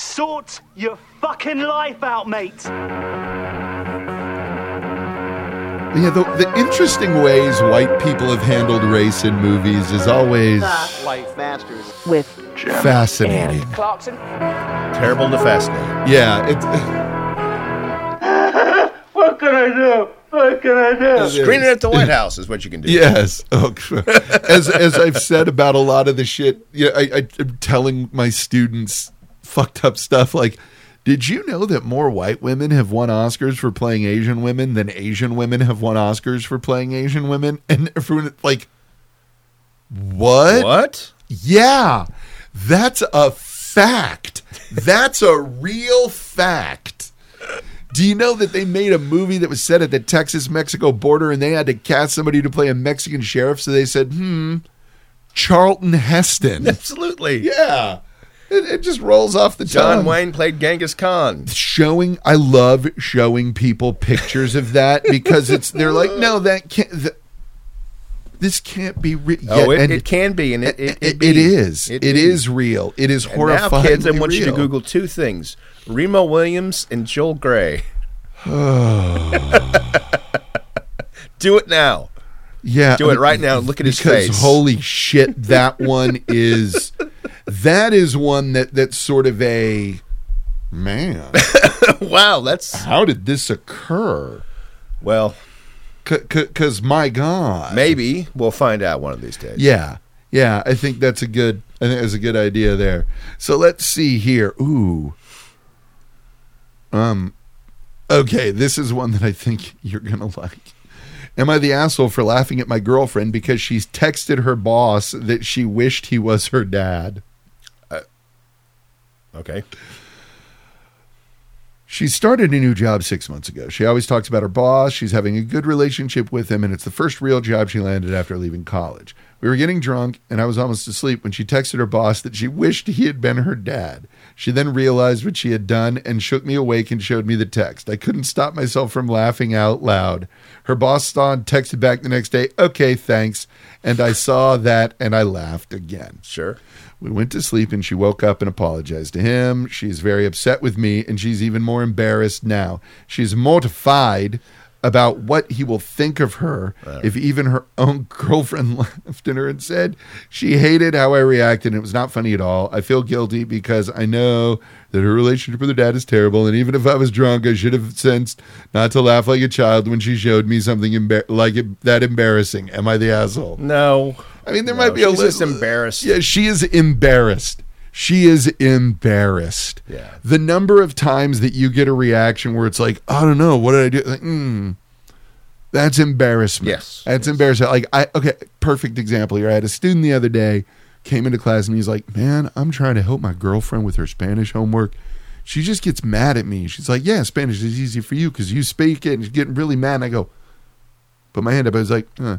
Sort your fucking life out, mate. Yeah, the, the interesting ways white people have handled race in movies is always Life Masters. with fascinating. Clarkson. Terrible to fascinate. Yeah, it's What can I do? What can I do? Screen it at the White House is what you can do. yes. Oh, cr- as as I've said about a lot of the shit, yeah, I, I, I'm telling my students fucked up stuff like. Did you know that more white women have won Oscars for playing Asian women than Asian women have won Oscars for playing Asian women? And everyone like, what? What? Yeah, that's a fact. That's a real fact. Do you know that they made a movie that was set at the Texas Mexico border and they had to cast somebody to play a Mexican sheriff? So they said, hmm, Charlton Heston. Absolutely. yeah. It, it just rolls off the John tongue. Wayne played Genghis Khan. Showing, I love showing people pictures of that because it's, they're like, no, that can't, th- this can't be real. Oh, it, it can be, and it, it, it it be. is. It it be. is real. It is And now, horrifying. kids, I want you to Google two things: Remo Williams and Joel Gray. Do it now. Yeah, Do it right now. Look at his because face. holy shit, that one is that is one that that's sort of a man. wow, that's How did this occur? well. Because my God, Maybe we'll find out one of these days. yeah, yeah. I think that's a good. I think that's a good idea there. So let's see here. Ooh, um, okay. This is one that I think you're gonna like. Am I the asshole for laughing at my girlfriend because she's texted her boss that she wished he was her dad? Okay. She started a new job six months ago. She always talks about her boss. She's having a good relationship with him, and it's the first real job she landed after leaving college. We were getting drunk, and I was almost asleep when she texted her boss that she wished he had been her dad. She then realized what she had done and shook me awake and showed me the text. I couldn't stop myself from laughing out loud. Her boss saw and texted back the next day, okay, thanks. And I saw that and I laughed again. Sure. We went to sleep and she woke up and apologized to him. She's very upset with me and she's even more embarrassed now. She's mortified about what he will think of her if even her own girlfriend laughed at her and said she hated how I reacted and it was not funny at all. I feel guilty because I know that her relationship with her dad is terrible and even if I was drunk I should have sensed not to laugh like a child when she showed me something embar- like it, that embarrassing. Am I the asshole? No. I mean, there No, might be a she's little. uh, just embarrassed. Yeah, she is embarrassed. She is embarrassed. Yeah. The number of times that you get a reaction where it's like, I don't know, what did I do? Like, mm, that's embarrassment. Yes, That's embarrassing. Like, I, okay, perfect example here. I had a student the other day came into class and he's like, man, I'm trying to help my girlfriend with her Spanish homework. She just gets mad at me. She's like, yeah, Spanish is easy for you because you speak it and she's getting really mad. And I go, put my hand up. I was like, huh.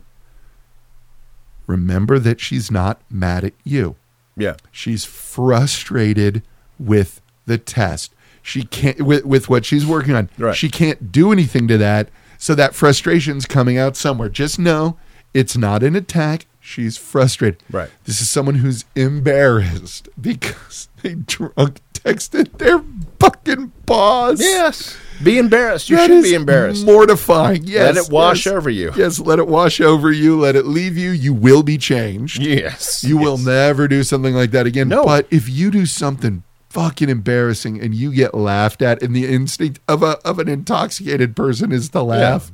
remember that she's not mad at you. Yeah. She's frustrated with the test. She can't with, with what she's working on. Right. She can't do anything to that. So that frustration's coming out somewhere. Just know it's not an attack. She's frustrated. Right. This is someone who's embarrassed because they drunk texted their fucking boss. Yes. Be embarrassed. You That should is be embarrassed. Mortifying. Yes. it wash yes. over you. Yes. Let it wash over you. Let it leave you. You will be changed. yes. You will Yes. never do something like that again. No. But if you do something fucking embarrassing and you get laughed at, and the instinct of a of an intoxicated person is to laugh,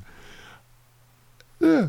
Yeah.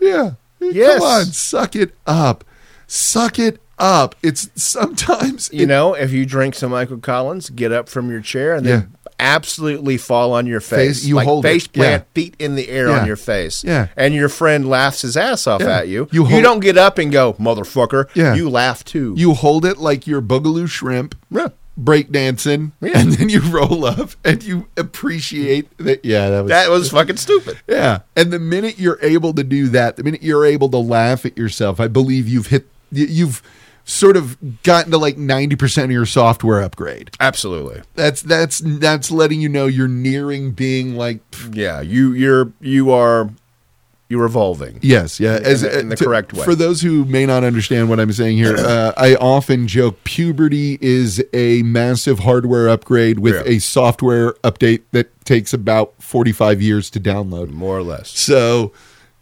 yeah, Yes. come on, suck it up, suck it up. It's sometimes You know, if you drink some Michael Collins, get up from your chair and then absolutely fall on your face. Face- you like hold it. face plant, Yeah. feet in the air Yeah. on your face. Yeah. And your friend laughs his ass off Yeah. at you. You You, hold- don't get up and go, motherfucker. Yeah. You laugh too. you hold it like your boogaloo shrimp Yeah. breakdancing, Yeah. and then you roll up and you appreciate that. Yeah, that was that was fucking stupid. Yeah. And the minute you're able to do that, the minute you're able to laugh at yourself, I believe you've hit, y- you've sort of gotten to like 90% of your software upgrade. Absolutely. That's, that's, that's letting you know you're nearing being like, Yeah, you you're you are you're evolving. Yes, yeah, as the- in the correct way. For those who may not understand what I'm saying here, uh, I often joke puberty is a massive hardware upgrade with Yeah. a software update that takes about 45 years to download. More or less. So,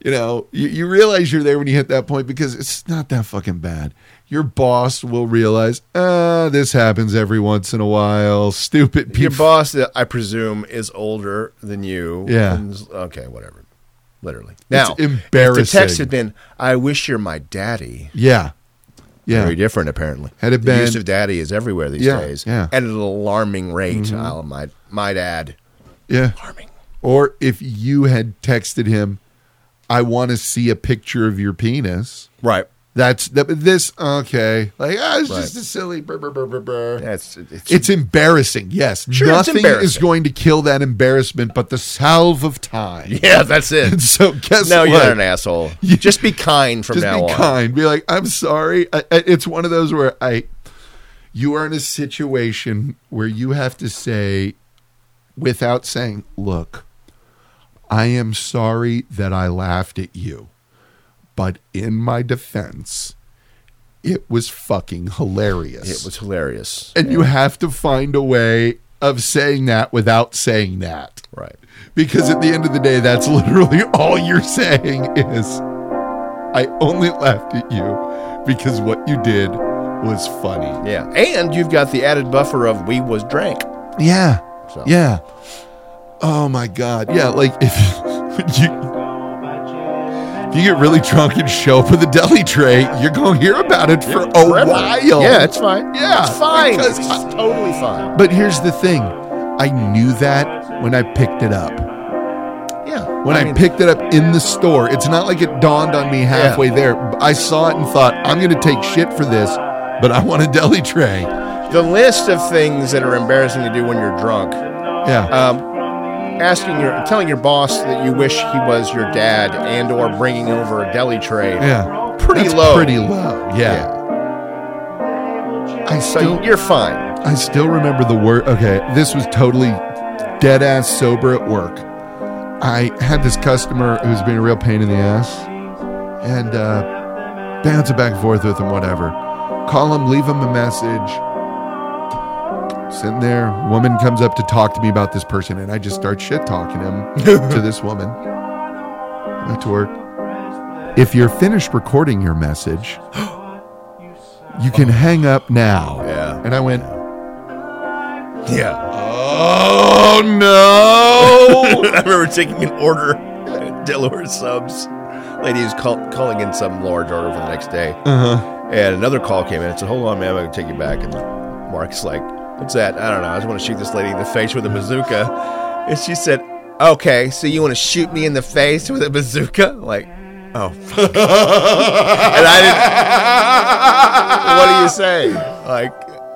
you know, you, you realize you're there when you hit that point because it's not that fucking bad. Your boss will realize, ah, this happens every once in a while. Stupid Your people. boss, uh, I presume, is older than you. Yeah. and is- okay, whatever. Literally. Now, if embarrassing. the text had been, I wish you're my daddy. yeah, yeah. Very different, apparently. Had it the use been- of daddy is everywhere these Yeah, days. yeah. Mm-hmm. At an alarming rate, I might, might add. Yeah. Alarming. Or if you had texted him, I want to see a picture of your penis. Right. That's that, but this okay. Like ah, it's Right. just a silly. Brr, brr, brr, brr, brr. That's it's, It's embarrassing. Yes, Sure, it's nothing is embarrassing. going to kill that embarrassment, but the salve of time. yeah, that's it. So guess no, what? you're not an asshole. Just be kind from Just now be on. kind. Be like, I'm sorry. I, I, it's one of those where I, you are in a situation where you have to say, without saying, look, I am sorry that I laughed at you, but in my defense, it was fucking hilarious. It was hilarious. and you have to find a way of saying that without saying that. Right. Because at the end of the day, that's literally all you're saying is, I only laughed at you because what you did was funny. Yeah. And you've got the added buffer of we was drank. Yeah. So. Yeah. Oh my God. Yeah. Like if you, if you get really drunk and show up with a deli tray, you're going to hear about it for a Forever. while. Oh, Yeah, it's fine. Yeah, It's fine. because It's I- totally fine. But here's the thing I knew that when I picked it up. Yeah. when I, mean, picked it up in the store. It's not like it dawned on me halfway there. I saw it and thought, I'm going to take shit for this, but I want a deli tray. the list of things that are embarrassing to do when you're drunk, Yeah. um, asking your, telling your boss that you wish he was your dad, and or bringing over a deli tray. yeah. pretty That's low. Pretty low. Yeah. I So still you're fine. I still remember the word. Okay, this was totally dead ass sober at work. I had this customer who's been a real pain in the ass, and uh, bounce it back and forth with him, whatever. Call him, leave him a message. Sitting there, woman comes up to talk to me about this person, and I just start shit talking him to this woman. Back to work. If you're finished recording your message, you can hang up now. Yeah. And I went, Yeah. Oh no! I remember taking an order at Delaware Subs. Lady was call, calling in some large order for the next day. And another call came in and said, Hold on, ma'am, I'm going to take you back. And Mark's like, What's that? I don't know. I just want to shoot this lady in the face with a bazooka. And she said, Okay, so you want to shoot me in the face with a bazooka? Like, oh, fuck. and I didn't. What do you say? Like,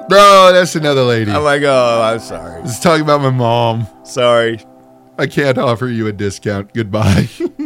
Bro, that's another lady. I'm I like, Oh, I'm sorry. was talking about my mom. Sorry. I can't offer you a discount. Goodbye.